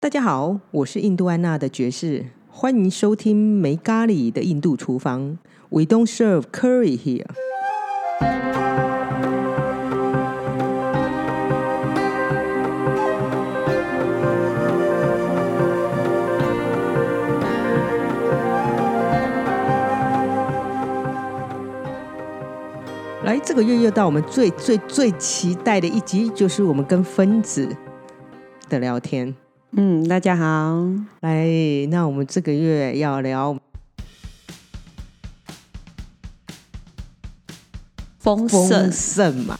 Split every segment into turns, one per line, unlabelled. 大家好，我是印度安娜的爵士，欢迎收听没咖喱的印度厨房。We don't serve curry here。来，这个月又到我们最最最期待的一集，就是我们跟分子的聊天。
嗯，大家好，
来，那我们这个月要聊
丰
丰盛嘛？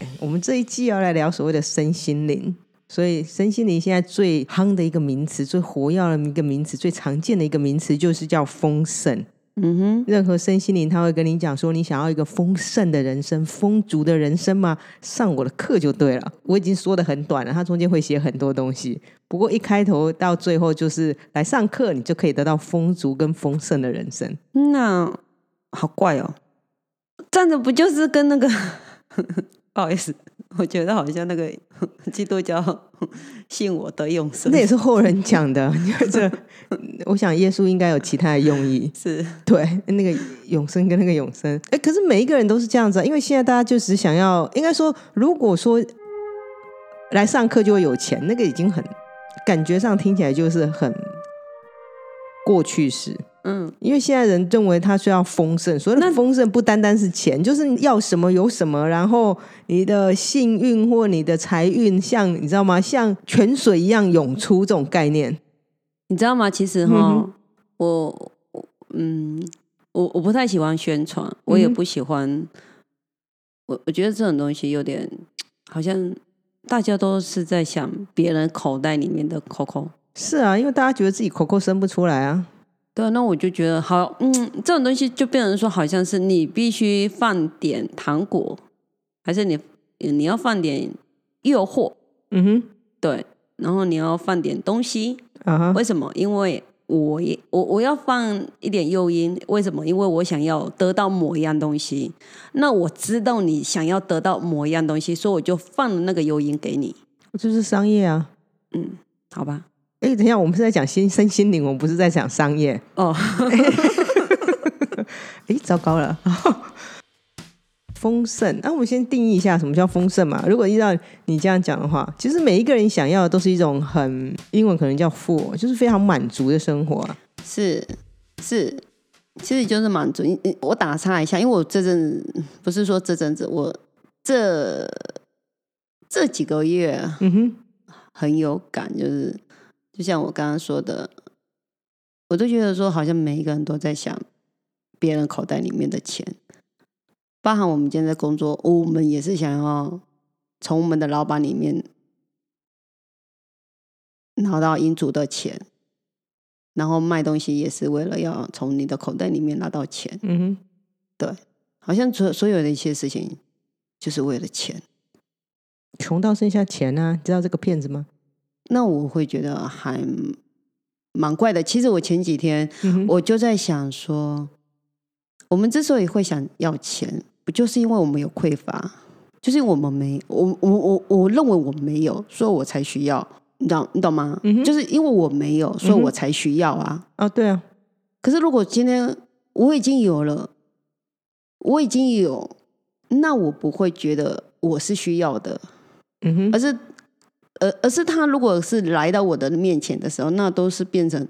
哎我们这一季要来聊所谓的身心灵，所以身心灵现在最夯的一个名词、最活跃的一个名词、最常见的一个名词，就是叫丰盛。
嗯哼，
任何身心灵，他会跟你讲说，你想要一个丰盛的人生、丰足的人生吗？上我的课就对了。我已经说的很短了，它中间会写很多东西。不过一开头到最后就是来上课，你就可以得到丰足跟丰盛的人生。
那好怪哦，站着不就是跟那个？ 不好意思，我觉得好像那个 基督教信我得永生
那也是后人讲的， 因为这，我想耶稣应该有其他的用意。
是
对，那个永生跟那个永生，哎，可是每一个人都是这样子、啊，因为现在大家就只想要，应该说，如果说来上课就会有钱，那个已经很感觉上听起来就是很过去式。
嗯，
因为现在人认为他需要丰盛，所谓的
那
丰盛不单单是钱，就是你要什么有什么，然后你的幸运或你的财运像你知道吗，像泉水一样涌出这种概念。
你知道吗？其实哈、
嗯哼
我我嗯，我我不太喜欢宣传，我也
嗯
不喜欢，我我觉得这种东西有点好像大家都是在想别人口袋里面的口口。
是啊，因为大家觉得自己口口生不出来啊。
对，那我就觉得好，嗯，这种东西就变成说，好像是你必须放点糖果，还是你你要放点诱惑，
嗯哼，
对，然后你要放点东西。
啊哈，
为什么？因为我也我我要放一点诱因，为什么？因为我想要得到某一样东西。那我知道你想要得到某一样东西，所以我就放了那个诱因给你，
就是商业啊。
好吧？
哎，等一下，我们是在讲心身心灵，我们不是在讲商业。
哦，
哎，糟糕了。 丰盛，那、我们先定义一下什么叫丰盛嘛？如果依照你这样讲的话，其实每一个人想要的都是一种很英文可能叫 full，就是非常满足的生活啊。
是是，其实就是满足。你你我打岔一下，因为我这阵子不是说这阵子，我这这几个月
嗯哼，
很有感，就是就像我刚刚说的，我都觉得说好像每一个人都在想别人口袋里面的钱，包含我们现在工作，我们也是想要从我们的老板里面拿到应足的钱，然后卖东西也是为了要从你的口袋里面拿到钱，
嗯哼，
好像所所有的一些事情就是为了钱。
穷到剩下钱啊，你知道这个骗子吗？
那我会觉得还蛮怪的。其实我前几天
嗯哼，
我就在想说，我们之所以会想要钱，不就是因为我们有匮乏？就是我们没，我我我我认为我没有，所以我才需要，你懂你懂吗？
嗯哼
就是因为我没有，所以
嗯哼
我才需要啊。
哦，对啊，
可是如果今天我已经有了，我已经有，那我不会觉得我是需要的。
嗯哼，
而是，而而是他如果是来到我的面前的时候，那都是变成，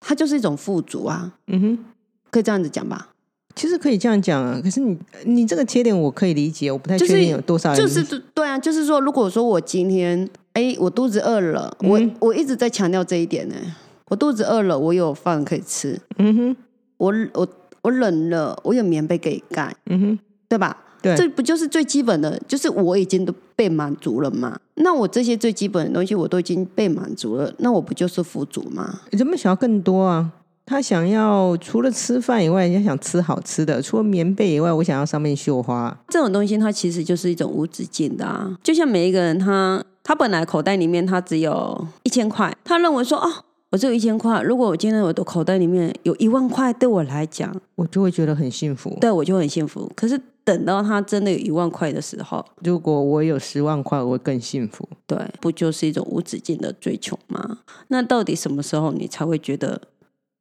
他就是一种富足啊，
嗯哼。
可以这样子讲吧？
其实可以这样讲啊，可是你你这个切点我可以理解，我不太
就
确
是
定有多少人
就是对啊，就是说，如果说我今天，哎，我肚子饿了，我、
嗯
我一直在强调这一点呢、我肚子饿了，我有饭可以吃，
嗯哼
我我我冷了，我有棉被可以盖，
嗯哼，
对吧？
对，
这不就是最基本的，就是我已经都被满足了嘛？那我这些最基本的东西我都已经被满足了，那我不就是富足吗？
人们想要更多啊，他想要除了吃饭以外，人家想吃好吃的；除了棉被以外，我想要上面绣花。
这种东西它其实就是一种无止境的啊，就像每一个人他他本来口袋里面他只有一千块，他认为说哦，我只有一千块，如果我今天我的口袋里面有一万块，对我来讲，
我就会觉得很幸福。
对我就很幸福。可是等到他真的有一万块的时候，
如果我有十万块，我会更幸福。
对，不就是一种无止境的追求吗？那到底什么时候你才会觉得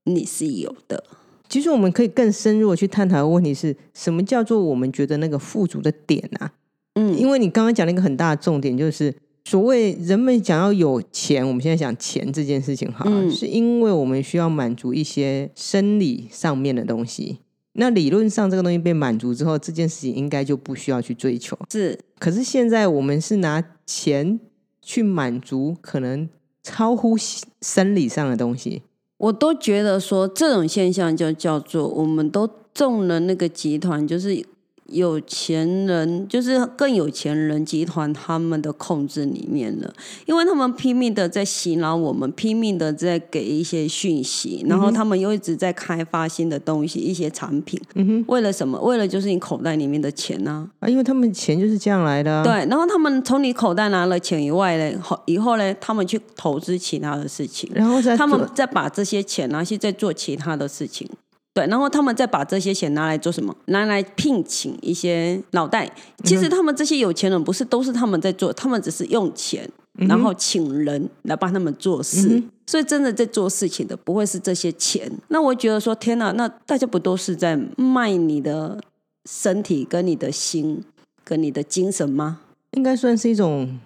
你是有的？
其实我们可以更深入的去探讨的问题是什么叫做我们觉得那个富足的点啊？
嗯，
因为你刚刚讲了一个很大的重点，就是所谓人们想要有钱，我们现在讲钱这件事情哈，
嗯
是因为我们需要满足一些生理上面的东西。那理论上这个东西被满足之后，这件事情应该就不需要去追求。
是
可是现在我们是拿钱去满足可能超乎生理上的东西，
我都觉得说这种现象就叫做我们都中了那个集团，就是有钱人，就是更有钱人集团他们的控制里面了，因为他们拼命的在洗脑我们，拼命的在给一些讯息，然后他们又一直在开发新的东西，一些产品，
嗯哼
为了什么？为了就是你口袋里面的钱啊。
啊，因为他们钱就是这样来的、啊。
对，然后他们从你口袋拿了钱以外嘞，后以后嘞，他们去投资其他的事情，
然后再
他们
做
再把这些钱拿去再做其他的事情。对，然后他们再把这些钱拿来做什么？拿来聘请一些脑袋。其实他们这些有钱人不是都是他们在做，他们只是用钱，然后请人来帮他们做事。所以真的在做事情的不会是这些钱。那我觉得说，天哪，那大家不都是在卖你的身体、跟你的心、跟你的精神吗？
应该算是一种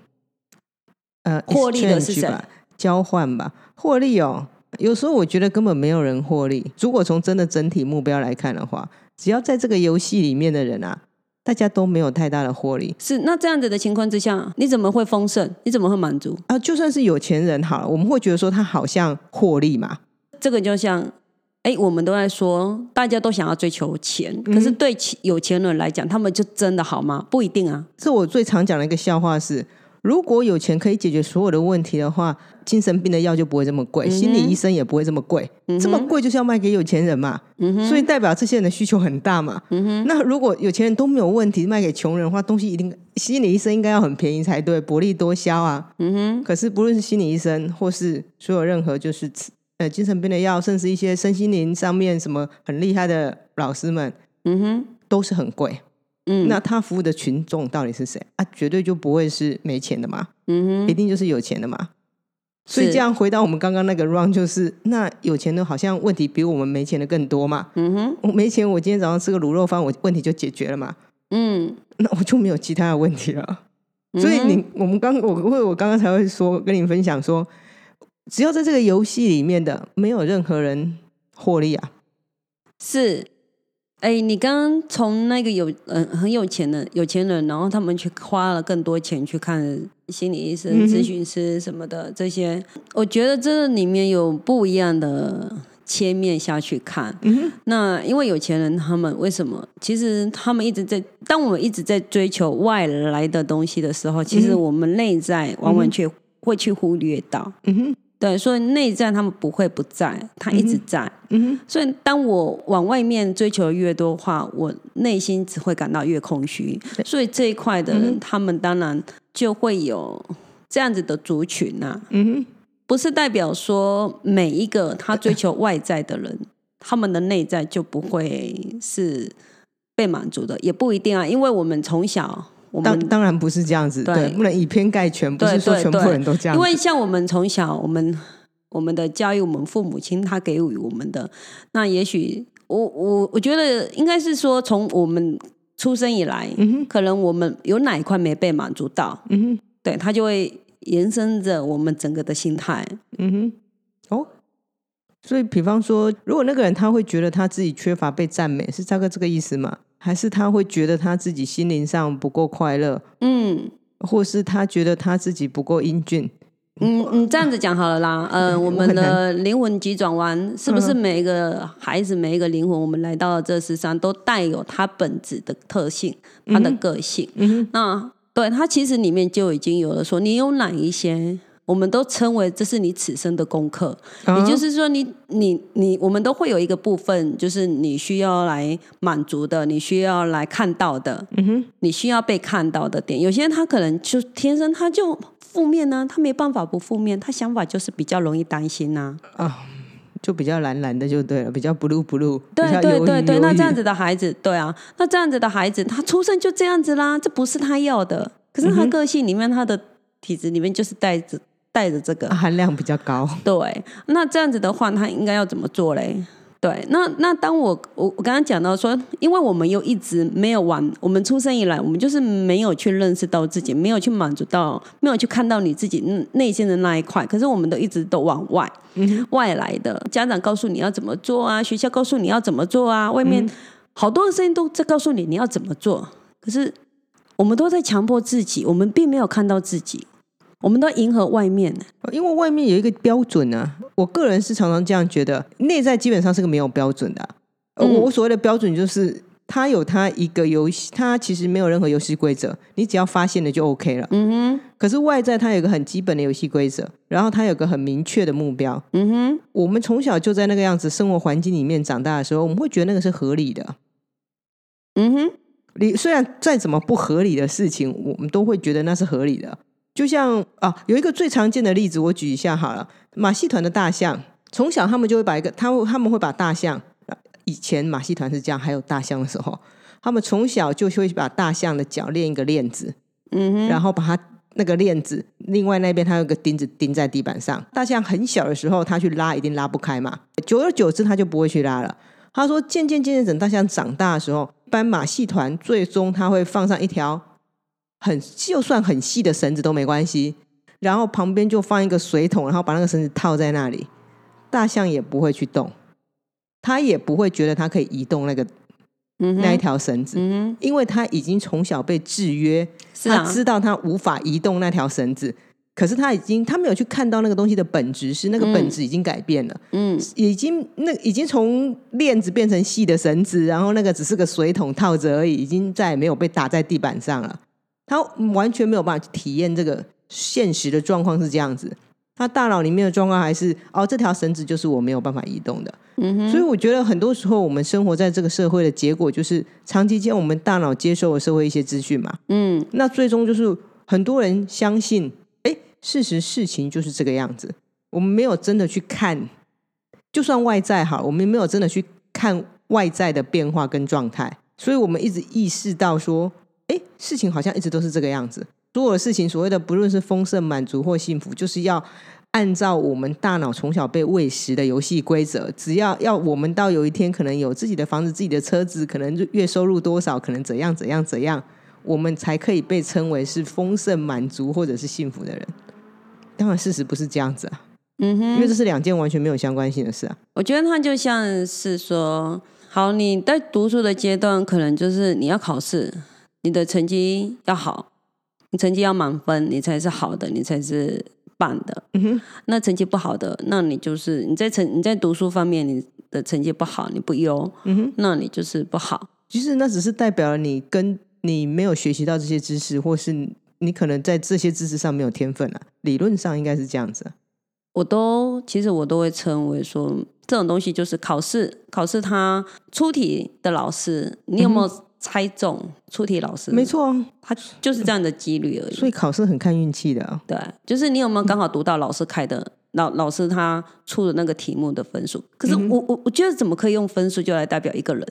呃
获利的是
exchange
谁
吧，交换吧，获利哦。有时候我觉得根本没有人获利。如果从真的整体目标来看的话，只要在这个游戏里面的人啊，大家都没有太大的获利
是那这样子的情况之下，你怎么会丰盛？你怎么会满足？
啊。就算是有钱人好了，我们会觉得说他好像获利嘛，
这个就像，哎，我们都在说，大家都想要追求钱，
嗯
可是对其有钱人来讲，他们就真的好吗？不一定啊。
这我最常讲的一个笑话是：如果有钱可以解决所有的问题的话，精神病的药就不会这么
嗯
贵，心理医生也不会这么贵。这么贵就是要卖给有钱人嘛，所以代表这些人的需求很大嘛。那如果有钱人都没有问题，卖给穷人的话，东西一定心理医生应该要很便宜才对，薄利多销啊。可是不论是心理医生或是所有任何就是呃精神病的药，甚至一些身心灵上面什么很厉害的老师们，
嗯哼，
都是很贵。
嗯，
那他服务的群众到底是谁啊？绝对就不会是没钱的嘛，
嗯
一
哼，
定就是有钱的嘛。所以
是
这，样回到我们刚刚那个 round，就是那有钱的好像问题比我们没钱的更多嘛。
嗯哼，
我没钱，我今天早上吃个卤肉饭，我问题就解决了嘛。
嗯，
那我就没有其他的问题了。所以你我们刚我我我刚刚才会说跟你分享说，只要在这个游戏里面的，没有任何人获利啊。
是。哎，你刚刚从那个有嗯、很有钱的有钱人，然后他们去花了更多钱去看心理医生、
嗯哼
咨询师什么的这些，我觉得这里面有不一样的切面下去看。
嗯
那因为有钱人他们为什么？其实他们一直在，当我们一直在追求外来的东西的时候，其实
嗯
我们内在完完全会去忽略到。
哼，嗯哼，
对，所以内在他们不会不在，他一直在。
嗯哼，
所以当我往外面追求越多的话，我内心只会感到越空虚。所以这一块的人，
嗯
他们当然就会有这样子的族群呐、
嗯哼。
不是代表说每一个他追求外在的人，他们的内在就不会是被满足的，也不一定啊。因为我们从小，我
当
们
当然不是这样子，
对
对，不能以偏概全，不
对
是说
对
全部
对
人都这样子。
因为像我们从小，我们我们的教育，我们父母亲他给予我们的，那也许我我我觉得应该是说，从我们出生以来，
嗯哼，
可能我们有哪一块没被满足到，
嗯哼，
对他就会延伸着我们整个的心态。
嗯哼，哦。所以，比方说，如果那个人他会觉得他自己缺乏被赞美，是大概这个意思吗？还是他会觉得他自己心灵上不够快乐，
嗯。
或是他觉得他自己不够英俊？
嗯，你这样子讲好了啦。呃，我们
嗯很
的灵魂急转弯，是不是
嗯
每一个孩子、每一个灵魂，我们来到这世上都带有它本质的特性，它的个性？
嗯
那对它其实里面就已经有了说，你有哪一些，我们都称为这是你此生的功课。
哼，
也就
啊
是说你，你你我们都会有一个部分，就是你需要来满足的，你需要来看到的，
嗯哼，
你需要被看到的点。有些人他可能就啊天生他就负面呢、他没办法不负面，他想法就是比较容易担心呐、
啊，就比较蓝蓝的就对了，比较 blue blue，
对
比较
对
忧郁
对对，
忧
那这样
郁
子的孩子，对啊，那这样子的孩子，他出生就这样子啦，这不是他要的。可
嗯
是他个性里面，他的体质里面就是带着带着这个
啊， 含量比较高。
对，那这样子的话，他应该要怎么做嘞？对，那那当我我我刚刚讲到说，因为我们又一直没有玩，我们出生以来，我们就是没有去认识到自己，没有去满足到，没有去看到你自己内内心的那一块。可是我们都一直都往外、外来的，家长告诉你要怎么做啊，学校告诉你要怎么做啊，外面好多的声音都在告诉你你要怎么做。可是我们都在强迫自己，我们并没有看到自己，我们都迎合外面。
因为外面有一个标准呢、我个人是常常这样觉得，内在基本上是个没有标准的啊、呃
嗯
我我所谓的标准就是，它有它一个游戏，它其实没有任何游戏规则，你只要发现了就 OK 了。嗯哼。可是外在它有一个很基本的游戏规则，然后它有个很明确的目标。
嗯哼。
我们从小就在那个样子生活环境里面长大的时候，我们会觉得那个是合理的。
嗯哼，
你虽然再怎么不合理的事情，我们都会觉得那是合理的。就像啊，有一个最常见的例子，我举一下好了。马戏团的大象，从小他们就会把一个，他会他们会把大象，以前马戏团是这样，还有大象的时候，他们从小就会把大象的脚链一个链子，
嗯哼，
然后把它那个链子，另外那边它有个钉子钉在地板上。大象很小的时候，它去拉一定拉不开嘛，久而久之它就不会去拉了。他说，渐渐渐渐等大象长大的时候，一般马戏团最终它会放上一条很就算很细的绳子都没关系，然后旁边就放一个水桶，然后把那个绳子套在那里，大象也不会去动。它也不会觉得它可以移动那个
嗯哼，
那一条绳子，
嗯
因为它已经从小被制约，
哼，是啊
他，知道他无法移动那条绳子，可是他已经他没有去看到那个东西的本质，是那个本质已经改变了，
嗯，
已经那已经从链子变成细的绳子，然后那个只是个水桶套着而已，已经再也没有被打在地板上了。他完全没有办法去体验这个现实的状况是这样子，他大脑里面的状况还是哦，这条绳子就是我没有办法移动的。所以我觉得很多时候我们生活在这个社会的结果，就是长期间我们大脑接受了社会一些资讯嘛，
嗯，
那最终就是很多人相信，哎，事实事情就是这个样子。我们没有真的去看，就算外在好，我们没有真的去看外在的变化跟状态，所以我们一直意识到说，哎，事情好像一直都是这个样子。所有的事情，所谓的不论是丰盛、满足或幸福，就是要按照我们大脑从小被喂食的游戏规则。只要要我们到有一天可能有自己的房子、自己的车子，可能月收入多少，可能怎样怎样怎样，我们才可以被称为是丰盛、满足或者是幸福的人。当然，事实不是这样子啊，
嗯
因为
哼，
这是两件完全没有相关性的事啊。
我觉得他就像是说，好，你在读书的阶段，可能就是你要考试，你的成绩要好，你成绩要满分，你才是好的，你才是棒的。
嗯哼，
那成绩不好的，那你就是你在成你在读书方面你的成绩不好，你不优，
嗯哼，
那你就是不好。
其实那只是代表了你跟你没有学习到这些知识，或是你可能在这些知识上没有天分啊。理论上应该是这样子啊、
我都其实我都会称为说，这种东西就是考试，考试他出题的老师，你有没有猜中出题老师？
嗯没，错啊，
他就是这样的几率而已。
所以嗯考试很看运气的啊。
对，就是你有没有刚好读到老师开的老老师他出的那个题目的分数？可是
嗯
我我我觉得怎么可以用分数就来代表一个人？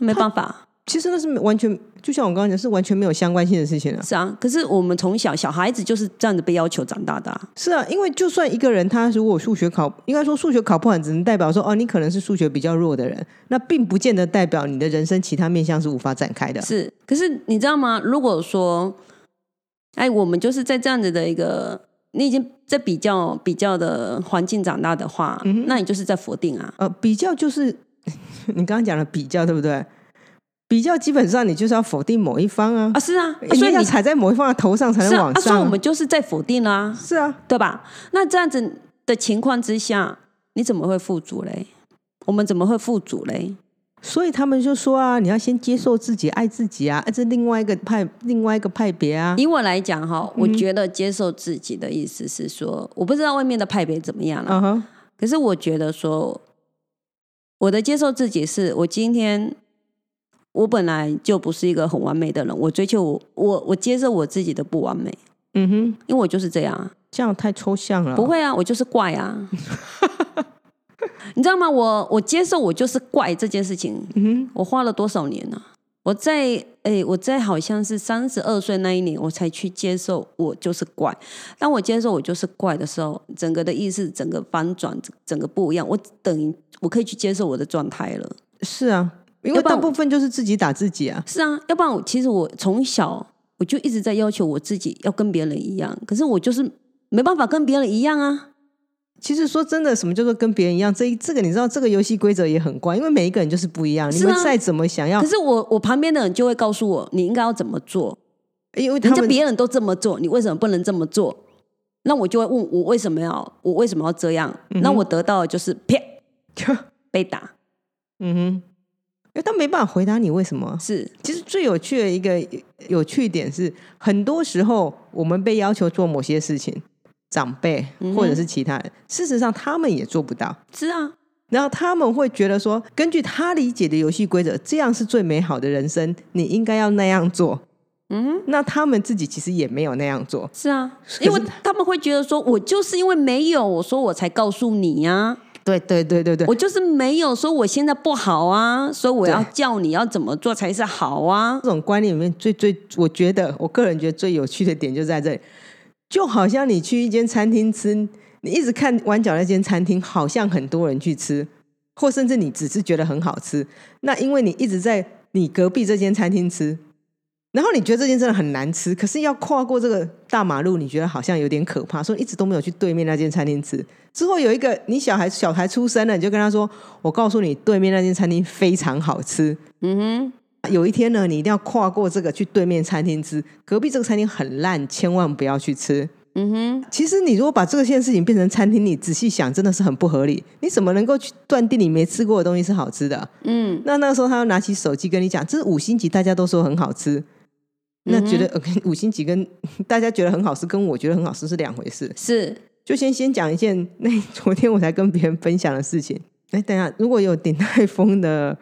没办法，
其实那是完全，就像我刚刚讲，是完全没有相关性的事情啊。
是啊。可是我们从小小孩子就是这样子被要求长大的、啊，
是啊，因为就算一个人他如果数学考，应该说数学考不好，只能代表说哦，你可能是数学比较弱的人，那并不见得代表你的人生其他面向是无法展开的。
是，可是你知道吗？如果说，哎，我们就是在这样子的一个，你已经在比较比较的环境长大的话，
嗯
那你就是在否定啊。
呃，比较就是 你刚刚讲的比较，对不对？比较基本上你就是要否定某一方啊，
啊，是啊，啊
一
所
定
以
要
你
踩在某一方的头上才
是
能
啊
往
啊，所以
上
我
啊。
们就是在否定啦、
是啊，
对吧？那这样子的情况之下，你怎么会富足嘞？我们怎么会富足嘞？
所以他们就说啊，你要先接受自己，爱自己啊，啊这另外一个派，另外一个派别啊。
以我来讲哈，我觉得接受自己的意思是说，我不知道外面的派别怎么样了、
嗯哼，
可是我觉得说，我的接受自己是我今天，我本来就不是一个很完美的人，我追求我我我接受我自己的不完美，
嗯哼，
因为我就是这样啊，
这样太抽象了。
不，会啊，我就是怪啊。 你知道吗？我我接受我就是怪这件事情，
嗯
我花了多少年呢、啊我在诶，我在好像是三十二岁那一年，我才去接受我就是怪。当我接受我就是怪的时候，整个的意识整个翻转，整个不一样。我等于我可以去接受我的状态了。
哼，是啊，因为
要不
大
然我
部分就是自己打自己啊。
是啊，要不然我其实我从小我就一直在要求我自己要跟别人一样，可是我就是没办法跟别人一样啊。
其实说真的，什么叫做跟别人一样？这一这个你知道，这个游戏规则也很怪，因为每一个人就是不一样。你
是啊
们再怎么想要
可，是我我旁边的人就会告诉我，你应该要怎么做，
因为他
人家
们
别人都这么做，你为什么不能这么做？那我就会问我为什么要我为什么要这样？那我得到的就是啪被打，
嗯哼，因为他没办法回答你为什么啊。
是
其实最有趣的一个有趣点是，很多时候我们被要求做某些事情，长辈
嗯哼
或者是其他人，事实上他们也做不到。
是啊，
然后他们会觉得说，根据他理解的游戏规则，这样是最美好的人生，你应该要那样做。
嗯，
那他们自己其实也没有那样做，
是啊，
可是
因为他们会觉得说，我就是因为没有，我说我才告诉你呀、
对对对对对，
我就是没有说我现在不好啊，所以我要
对
叫你要怎么做才是好啊。
这种观念里面最最，我觉得我个人觉得最有趣的点就在这里，就好像你去一间餐厅吃，你一直看弯角那间餐厅，好像很多人去吃，或甚至你只是觉得很好吃，那因为你一直在你隔壁这间餐厅吃，然后你觉得这间真的很难吃，可是要跨过这个大马路，你觉得好像有点可怕，所以一直都没有去对面那间餐厅吃。之后有一个你小孩小孩出生了，你就跟他说：“我告诉你，对面那间餐厅非常好吃。”
嗯
啊有一天呢，你一定要跨过这个去对面餐厅吃，隔壁这个餐厅很烂，千万不要去吃。
哼，嗯哼，
其实你如果把这件事情变成餐厅，你仔细想，真的是很不合理。你怎么能够去断定你没吃过的东西是好吃的？
嗯，
那那个时候他要拿起手机跟你讲，这是五星级，大家都说很好吃。那觉得、呃跟五星级跟 大家觉得很好吃，跟我觉得很好吃是两回事。
是
就先先讲一件，那 昨天我才跟别人分享的事情。哎，等一下，如果有顶泰丰的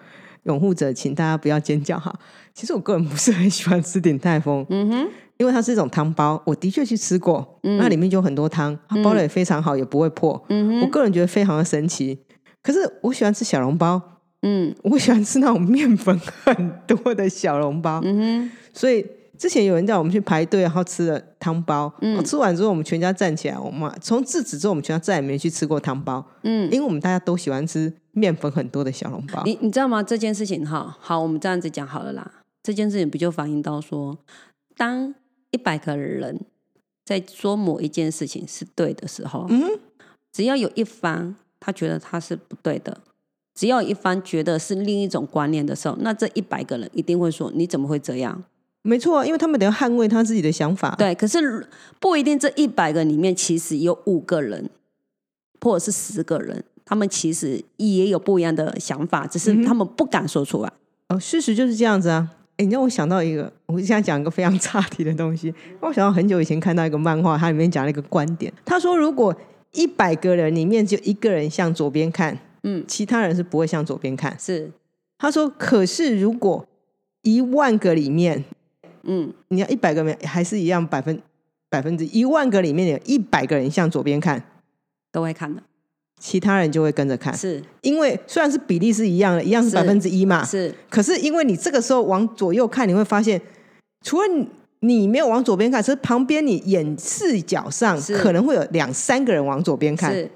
拥护者，请大家不要尖叫哈。其实我个人不是很喜欢吃顶泰丰，
嗯哼，
因为它是一种汤包，我的确去吃过，那里面就有很多汤，它包的也非常好，也不会破。
嗯
我个人觉得非常的神奇。可是我喜欢吃小笼包，
嗯
我喜欢吃那种面粉很多的小笼包，
嗯
所以之前有人叫我们去排队，然后吃了汤包。嗯，吃完之后我们全家站起来，我妈从自此之后我们全家再也没去吃过汤包，
哼，嗯。
因为我们大家都喜欢吃面粉很多的小笼包。
你你知道吗？这件事情哈，好，我们这样子讲好了啦。这件事情不就反映到说，当一百个人在说某一件事情是对的时候，
嗯，
只要有一方他觉得他是不对的，只要有一方觉得是另一种观念的时候，那这一百个人一定会说你怎么会这样？
没错啊，因为他们得要捍卫他自己的想法。，
对，可是不一定这一百个里面其实有五个人，或者是十个人，他们其实也有不一样的想法，只是他们不敢说出来。
哦，事实就是这样子啊。哎，你让我想到一个，我现在讲一个非常差题的东西。让我想到很久以前看到一个漫画，它里面讲了一个观点，他说如果一百个人里面只有一个人向左边看，
嗯，
其他人是不会向左边看。
是，
他说：“可是如果一万个里面，
嗯。
你要一百个里面还是一样百分百分之一万个里面有一百个人向左边看，
都会看的，
其他人就会跟着看，
是
因为虽然是比例是一样的，一样是
是
百分之一嘛，
是，
可是因为你这个时候往左右看，你会发现，除了你你没有往左边看，其实旁边你眼视角上
是
可能会有两三个人往左边看，
是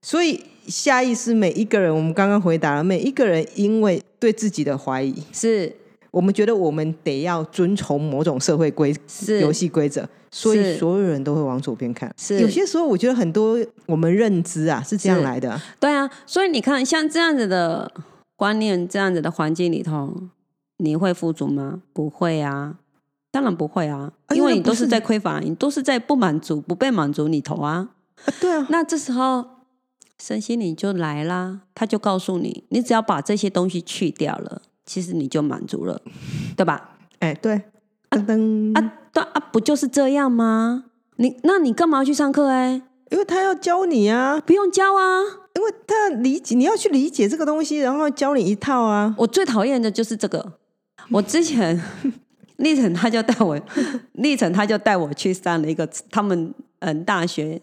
所以下意识每一个人，我们刚刚回答了，每一个人因为对自己的怀疑，
是
我们觉得我们得要遵从某种社会规
是
游戏规则，所以
是
所有人都会往左边看。
是
有些时候我觉得很多我们认知啊是这样
是
来的，
对啊，所以你看，像这样子的观念，这样子的环境里头，你会富足吗？不会啊，当然不会啊，
啊
因为
那
你
不
都是
是
在匮乏，你都是在不满足、不被满足里头啊。
啊对啊，
那这时候，身心灵就来啦，他就告诉你，你只要把这些东西去掉了，其实你就满足了，对吧？
哎对，噔噔，
啊，对啊，不就是这样吗？你那你干嘛要去上课、欸？哎，
因为他要教你啊，
不用教啊。
因为他要理解你要去理解这个东西，然后教你一套啊，
我最讨厌的就是这个。我之前 历程他就呃带我，历程他就带我去上了一个他们嗯大学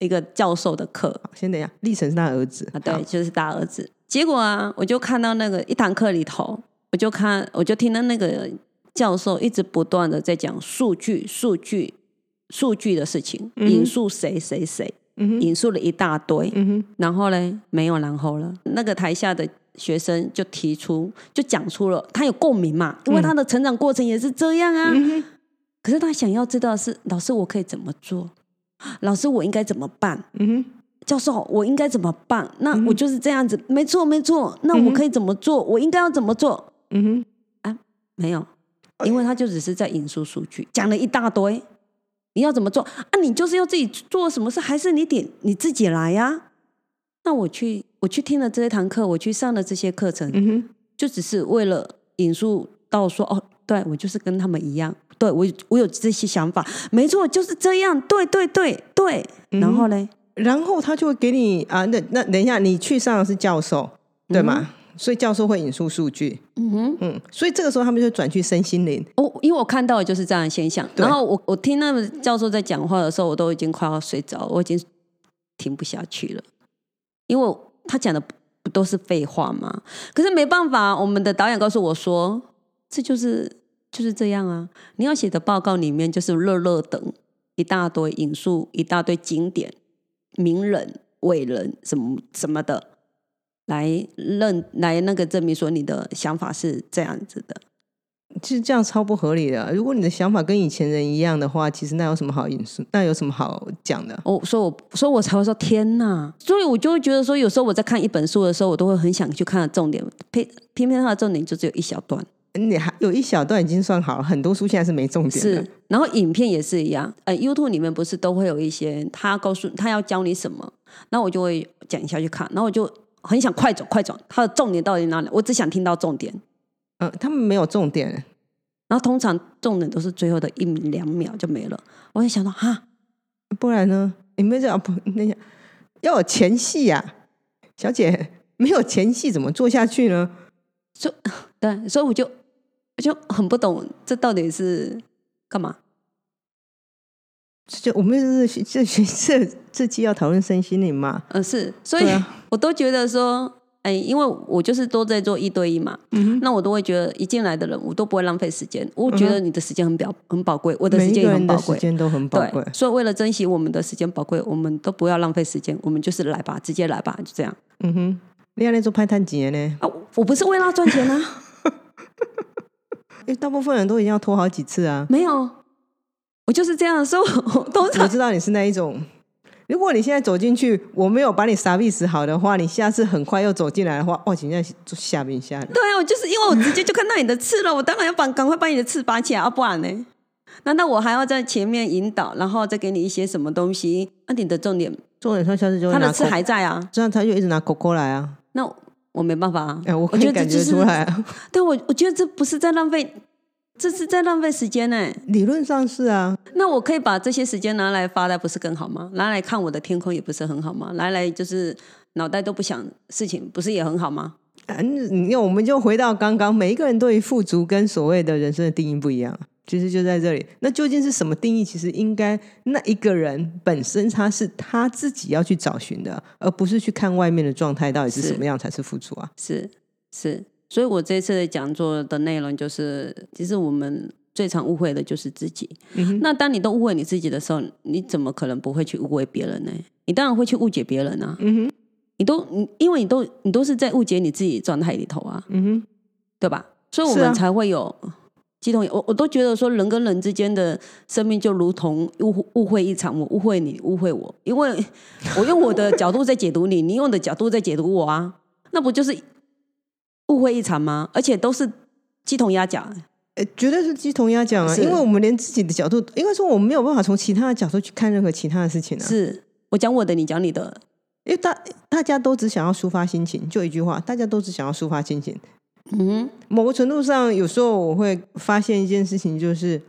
一个教授的课
好先等一下，历程是他儿子
啊，
好
对，就是大儿子。结果啊，我就看到那个一堂课里头，我就看，我就听到那个教授一直不断的在讲数据、数据、数据的事情，
嗯
引述谁谁谁，
嗯哼，
引述了一大堆。
嗯哼，
然后嘞，没有然后了。那个台下的学生就提出，就讲出了他有共鸣嘛，因为他的成长过程也是这样
嗯
啊。可是他想要知道的是，老师我可以怎么做？老师我应该怎么办？
嗯哼，
教授我应该怎么办？那我就是这样子，没错没错。那
嗯
我
哼
可以怎么做？我应该要怎么做？
嗯哼，
没有，因为他就只是在引述数据，讲了一大堆。你要怎么做啊？你就是要自己做什么事，还是你点你自己来呀、那我去，我去听了这一堂课，我去上了这些课程，
嗯哼，
就只是为了引述到说，哦，对我就是跟他们一样，对我我有这些想法，没错，就是这样，对对对对。然后嘞，
然后他就会给你啊，那那等一下，你去上的是教授对吗？所以教授会引述数据，
嗯哼，
嗯，所以这个时候他们就转去身心灵，
我哦因为我看到的就是这样的现象，
对
然后我我听那个教授在讲话的时候，我都已经快要睡着，我已经听不下去了，因为他讲的不不都是废话吗？可是没办法，我们的导演告诉我说，这就是就是这样啊，你要写的报告里面就是乐乐等一大堆引述一大堆经典、名人、伟人什么什么的。来认来那个证明说你的想法是这样子的，
其实这样超不合理的。如果你的想法跟以前人一样的话，其实那有什么好引述？那有什么好讲的？
哦，所以我所以我才会说天呐，所以我就会觉得说，有时候我在看一本书的时候，我都会很想去看它的重点，偏偏偏它的重点就只有一小段，
你还有一小段已经算好了，很多书现在是没重点的
是。，然后影片也是一样，呃，YouTube 里面不是都会有一些他告诉他要教你什么，那我就会讲一下去看，然后我就很想快转快转，它的重点到底哪里？我只想听到重点，
嗯、他们没有重点，
然后通常重点都是最后的一秒两秒就没了，我就想到哈，
不然呢？你们这样不那样要有前戏呀、小姐没有前戏怎么做下去呢？
对，所以我就我就很不懂这到底是干嘛。
这就我们这是这这这这期要讨论身心灵嘛？
嗯，是，所以
对啊，
我都觉得说，哎，因为我就是都在做一对一嘛，
嗯
那我都会觉得一进来的人，我都不会浪费时间。我觉得你的时间很宝很宝贵，我的
每
时
一
间
个
也
人
很
的
宝
时
贵。
间都很宝贵
对，。所以为了珍惜我们的时间宝贵，我们都不要浪费时间，我们就是来吧，直接来吧，就这样
嗯哼，你安尼做派探钱呢？
啊！我我不是为了要赚钱啊，
因为大部分人都一定要拖好几次啊。
没有，我就是这样，所以我我通
我
常
知道你是那一种，如果你现在走进去，我没有把你杀必死好的话，你下次很快又走进来的话，哦哇，请在做下面下的。
对啊，我就是因为我直接就看到你的刺了，我当然要把赶快把你的刺拔起来，啊、不然呢？难道我还要在前面引导，然后再给你一些什么东西？那、你的重点，
重点他下次就会
他的
拿
刺
口
还在啊，
这样他就一直拿狗狗来啊。
那我我没办法啊。
哎、我可
觉
以
得
感觉
这就是
出来、啊，
但我我觉得这不是在浪费，这是在浪费时间呢、
理论上是啊，
那我可以把这些时间拿来发呆，不是更好吗？拿来看我的天空也不是很好吗？拿来就是脑袋都不想事情，不是也很好吗？
啊，你你我们就回到刚刚，每一个人对于富足跟所谓的人生的定义不一样，其实就在这里。那究竟是什么定义？其实应该那一个人本身他是他自己要去找寻的，而不是去看外面的状态到底是
是
什么样才是富足啊。
是是，所以我这次的讲座的内容就是，其实我们最常误会的就是自己。
嗯哼
那当你都误会你自己的时候，你怎么可能不会去误会别人呢？你当然会去误解别人啊！
嗯哼，
你都你因为你都你都是在误解你自己状态里头啊，
嗯哼。
对吧？所以我
是啊
们才会有激动。我我都觉得说，人跟人之间的生命就如同误误会一场，我误会你，误会我，因为我用我的角度在解读你，你用你的角度在解读我啊，那不就是误会一场吗？而且都是鸡同鸭讲，
呃，绝对是鸡同鸭讲啊，
是
因为我们连自己的角度，应该说我们没有办法从其他的角度去看任何其他的事情啊。
是我讲我的，你讲你的，
因为大大家都只想要抒发心情，就一句话，大家都只想要抒发心情。
嗯哼。
某个程度上，有时候我会发现一件事情，就是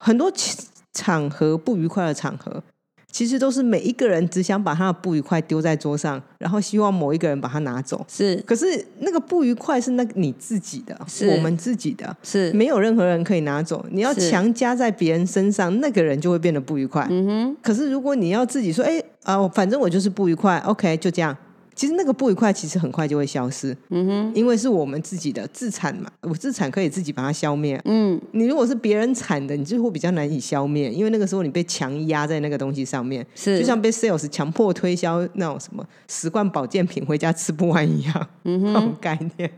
很多其场合不愉快的场合，其实都是每一个人只想把他的不愉快丢在桌上，然后希望某一个人把它拿走。
是
可是那个不愉快是那个你自己的，
是
我们自己的，
是，
没有任何人可以拿走。你要
是
强加在别人身上，那个人就会变得不愉快。
嗯哼，
可是如果你要自己说，哎、啊、反正我就是不愉快，OK，就这样。其实那个不愉快其实很快就会消失，
嗯哼，
因为是我们自己的自产嘛，我自产可以自己把它消灭。
嗯，
你如果是别人产的，你就会比较难以消灭，因为那个时候你被强压在那个东西上面，
是，
就像被 sales 强迫推销那种什么十罐保健品回家吃不完一样，
嗯
那种
哼，
概念。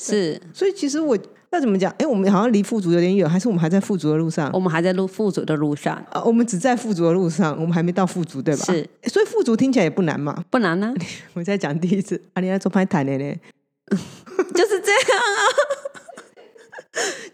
是
所以其实我那怎么讲？哎，我们好像离富足有点远，还是我们还在富足的路上？
我们还在路富足的路上，
啊，我们只在富足的路上，我们还没到富足，对吧？
是
所以富足听起来也不难嘛。
不难啊呢、
我在讲第一次，啊，你在做拍谈的呢？
就是这样啊，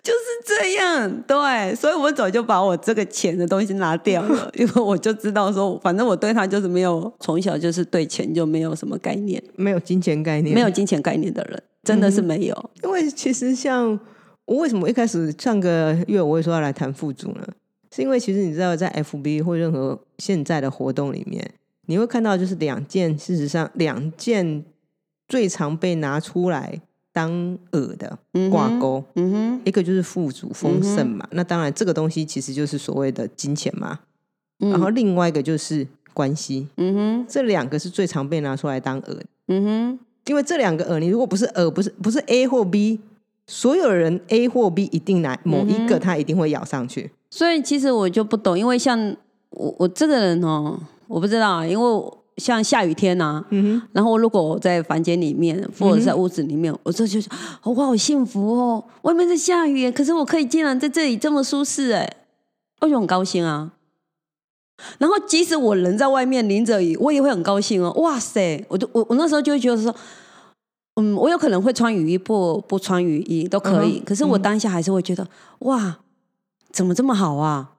就是这样。对，所以我早就把我这个钱的东西拿掉 了，因为我就知道说，反正我对他就是没有从小就是对钱就没有什么概念，
没有金钱概念，
没有。金钱概念的人，真的是没有。
因为其实像我为什么一开始上个月我会说要来谈富足呢？是因为其实你知道，在 FB 或任何现在的活动里面，你会看到就是两件，事实上两件最常被拿出来当饵的
嗯哼
挂钩。
嗯哼，
一个就是富足丰盛嘛，那当然这个东西其实就是所谓的金钱嘛，
嗯
然后另外一个就是关系，
嗯哼，
这两个是最常被拿出来当饵，
嗯哼，
因为这两个饵，你如果不是饵，不是不是 A 或 B，所有人 A 或 B 一定拿某一
嗯
个，他一定会咬上去，
所以其实我就不懂，因为像我我这个人哦，我不知道啊，因为我像下雨天呐、啊，
嗯
然后如果我在房间里面或者是在屋子里面，我这就是哦我好幸福哦，外面在下雨耶，可是我可以竟然在这里这么舒适哎，我就很高兴啊。然后即使我人在外面淋着雨，我也会很高兴哦，哇塞，我就我我那时候就会觉得说。嗯，我有可能会穿雨衣，不不穿雨衣都可以。
嗯哼
可是我当下还是会觉得，哇，怎么这么好啊？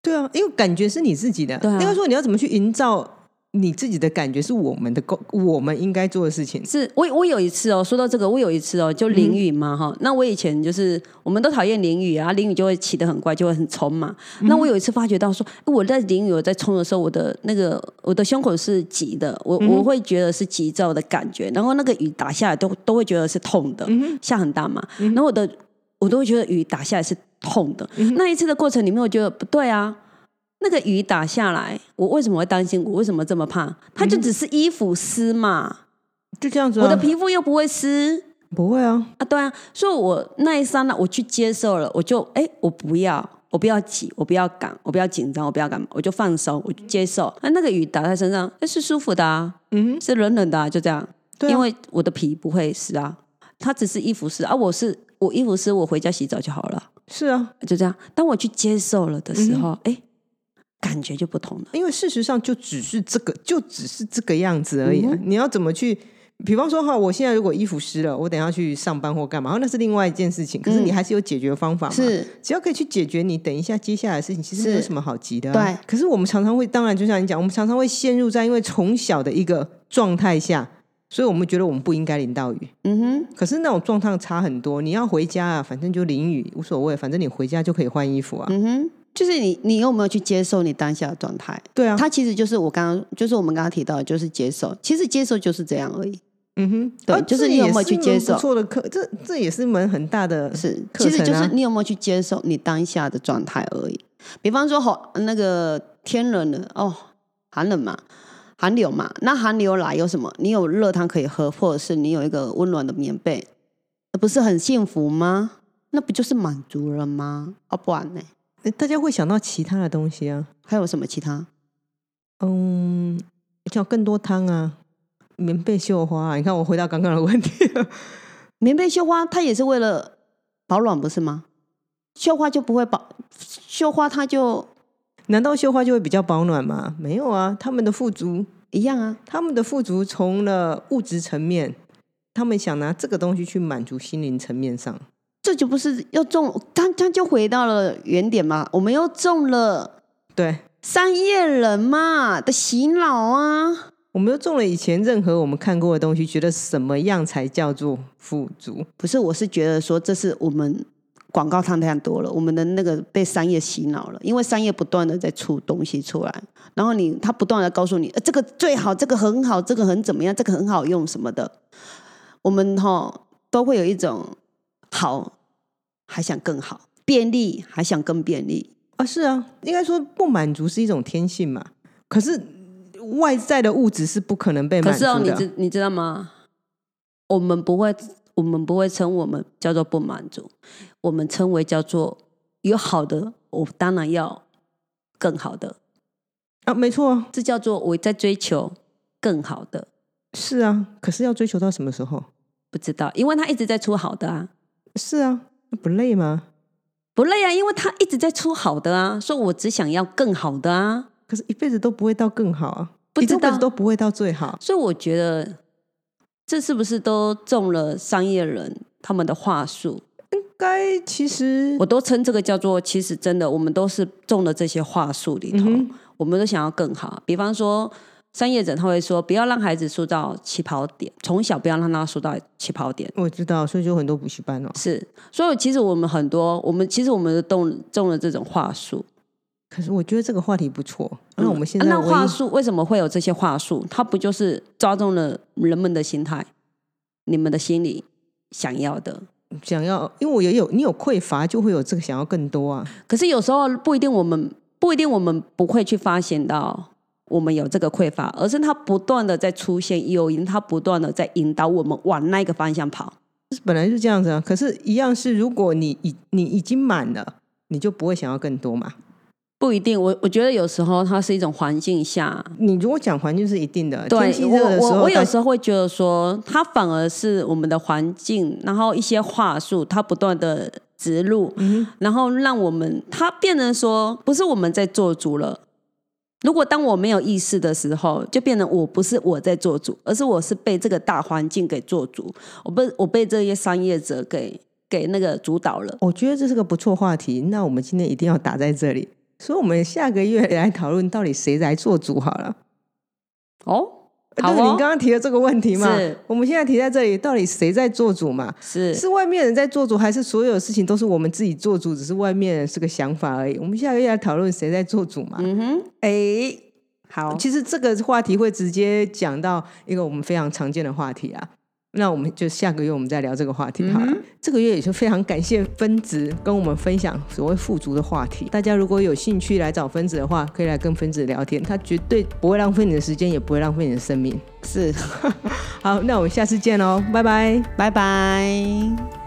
对啊，因为感觉是你自己的，
对啊
应该说你要怎么去营造你自己的感觉，是我们的工，我们应该做的事情，
是我我有一次哦，说到这个，我有一次哦，就淋雨嘛哈、那我以前就是我们都讨厌淋雨啊，淋雨就会起得很快，就会很冲嘛。那我有一次发觉到说，诶我在淋雨我在冲的时候，我的那个我的胸口是急的，我、我会觉得是急躁的感觉，然后那个雨打下来都都会觉得是痛的，下很大嘛。然后我的我都会觉得雨打下来是痛的。那一次的过程里面，我觉得不对啊。那个雨打下来，我为什么会担心？我为什么这么怕？它就只是衣服湿嘛，
就这样
嗯
子、啊。
我的皮肤又不会湿
不会啊，
啊，对啊，所以我那一刹那我去接受了，我就哎，我不要，我不要急，我不要赶，我不要紧张，我不要干嘛，我就放松，我就接受。啊那那个雨打在身上，哎，是舒服的啊，
嗯，
是冷冷的啊，就这样，
对啊
因为我的皮不会湿啊，它只是衣服湿啊，我是我衣服湿，我回家洗澡就好了，
是啊，
就这样。当我去接受了的时
嗯
候，哎、感觉就不同了。
因为事实上就只是这个，就只是这个样子而已
嗯
啊、你要怎么去？比方说哈，我现在如果衣服湿了，我等一下去上班或干嘛，那是另外一件事情。可是你还是有解决方法嘛？
嗯是
只要可以去解决你等一下接下来的事情，其实
是
没有什么好急的啊、对。可是我们常常会，当然就像你讲，我们常常会陷入在因为从小的一个状态下，所以我们觉得我们不应该淋到雨。
嗯
可是那种状态差很多。你要回家啊，反正就淋雨无所谓，反正你回家就可以换衣服啊。
哼，嗯哼，就是你你有没有去接受你当下的状态？
对啊，
它其实就是我刚刚，就是我们刚刚提到的，就是接受。其实接受就是这样而已。
嗯哼，
对
啊
就是
这
你有
也
没有
是
去接
门
受
不错的课，这这也是门很大的
是，其
课
实就
程啊
是你有没有去接受你当下的状态而已。比方说，好那个天冷了哦，寒冷嘛，寒流嘛，那寒流来有什么？你有热汤可以喝，或者是你有一个温暖的棉被，那不是很幸福吗？那不就是满足了吗？啊，不然呢？
诶大家会想到其他的东西啊，
还有什么其他？
嗯，叫更多汤啊，棉被绣花、啊。你看，我回到刚刚的问题 了，
棉被绣花，它也是为了保暖，不是吗？绣花就不会保，绣花它就
难道绣花就会比较保暖吗？没有啊，他们的富足，
一样啊。
他们的富足从了物质层面，他们想拿这个东西去满足心灵层面上。
这就不是又中，他他就回到了原点嘛，我们又中了
对，
商业人嘛的洗脑啊，
我们又中了以前任何我们看过的东西，觉得什么样才叫做富足？
不是，我是觉得说这是我们广告看太多了，我们的那个被商业洗脑了，因为商业不断的在出东西出来，然后你他不断的告诉你、呃，这个最好，这个很好，这个很怎么样，这个很好用什么的，我们哈、都会有一种好，还想更好，便利还想更便利，
啊，是啊，应该说不满足是一种天性嘛。可是外在的物质是不可能被
可
满足
是哦，你
的。
知你知道吗？我们不会，我们不会称我们叫做不满足，我们称为叫做有好的，我当然要更好的，
啊，没错啊，
这叫做我在追求更好的。
是啊。可是要追求到什么时候？
不知道，因为他一直在出好的啊，
是啊，那不累吗？
不累啊，因为他一直在出好的啊，所以我只想要更好的啊。
可是一辈子都不会到更好啊，
不
一
知
辈
道
子都不会到最好。
所以我觉得这是不是都中了商业人他们的话术？
应该其实
我都称这个叫做，其实真的我们都是中了这些话术里头，
嗯
我们都想要更好。比方说，商业者他会说，不要让孩子输到起跑点，从小不要让他输到起跑点。
我知道，所以就很多补习班哦。
是，所以其实我们很多，我们其实我们都中中了这种话术。
可是我觉得这个话题不错。那我们现
啊
在
那
唯一、
话术为什么会有这些话术？它不就是抓中了人们的心态，你们的心里想要的？
想要，因为我也有你有匮乏，就会有这个想要更多啊。
可是有时候不一定，我们不一定我们不会去发现到我们有这个匮乏，而是它不断的在出现诱因，它不断的在引导我们往那个方向跑。
本来是这样子啊，可是一样是，如果你已你已经满了，你就不会想要更多嘛。
不一定，我我觉得有时候它是一种环境下，
你如果讲环境是一定的，
对
天气
我
热的时
我
候，
我有
大
时候会觉得说，它反而是我们的环境，然后一些话术，它不断的植入，
嗯
然后让我们它变成说，不是我们在做主了。如果当我没有意识的时候，就变成我不是我在做主，而是我是被这个大环境给做主，我被我被这些商业者给给那个主导了。
我觉得这是个不错话题，那我们今天一定要打在这里，所以我们下个月来讨论到底谁来做主好了。
哦，
对，
好哦
您刚刚提的这个问题嘛
是，
我们现在提在这里，到底谁在做主嘛？
是
是外面人在做主，还是所有事情都是我们自己做主，只是外面人是个想法而已？我们下个月来讨论谁在做主嘛？
嗯哼，哎，好，
其实这个话题会直接讲到一个我们非常常见的话题啊。那我们就下个月我们再聊这个话题好了。这个月也是非常感谢分子跟我们分享所谓富足的话题。大家如果有兴趣来找分子的话，可以来跟分子聊天，他绝对不会浪费你的时间，也不会浪费你的生命。
是，
哦好，那我们下次见喽，拜拜。
拜拜。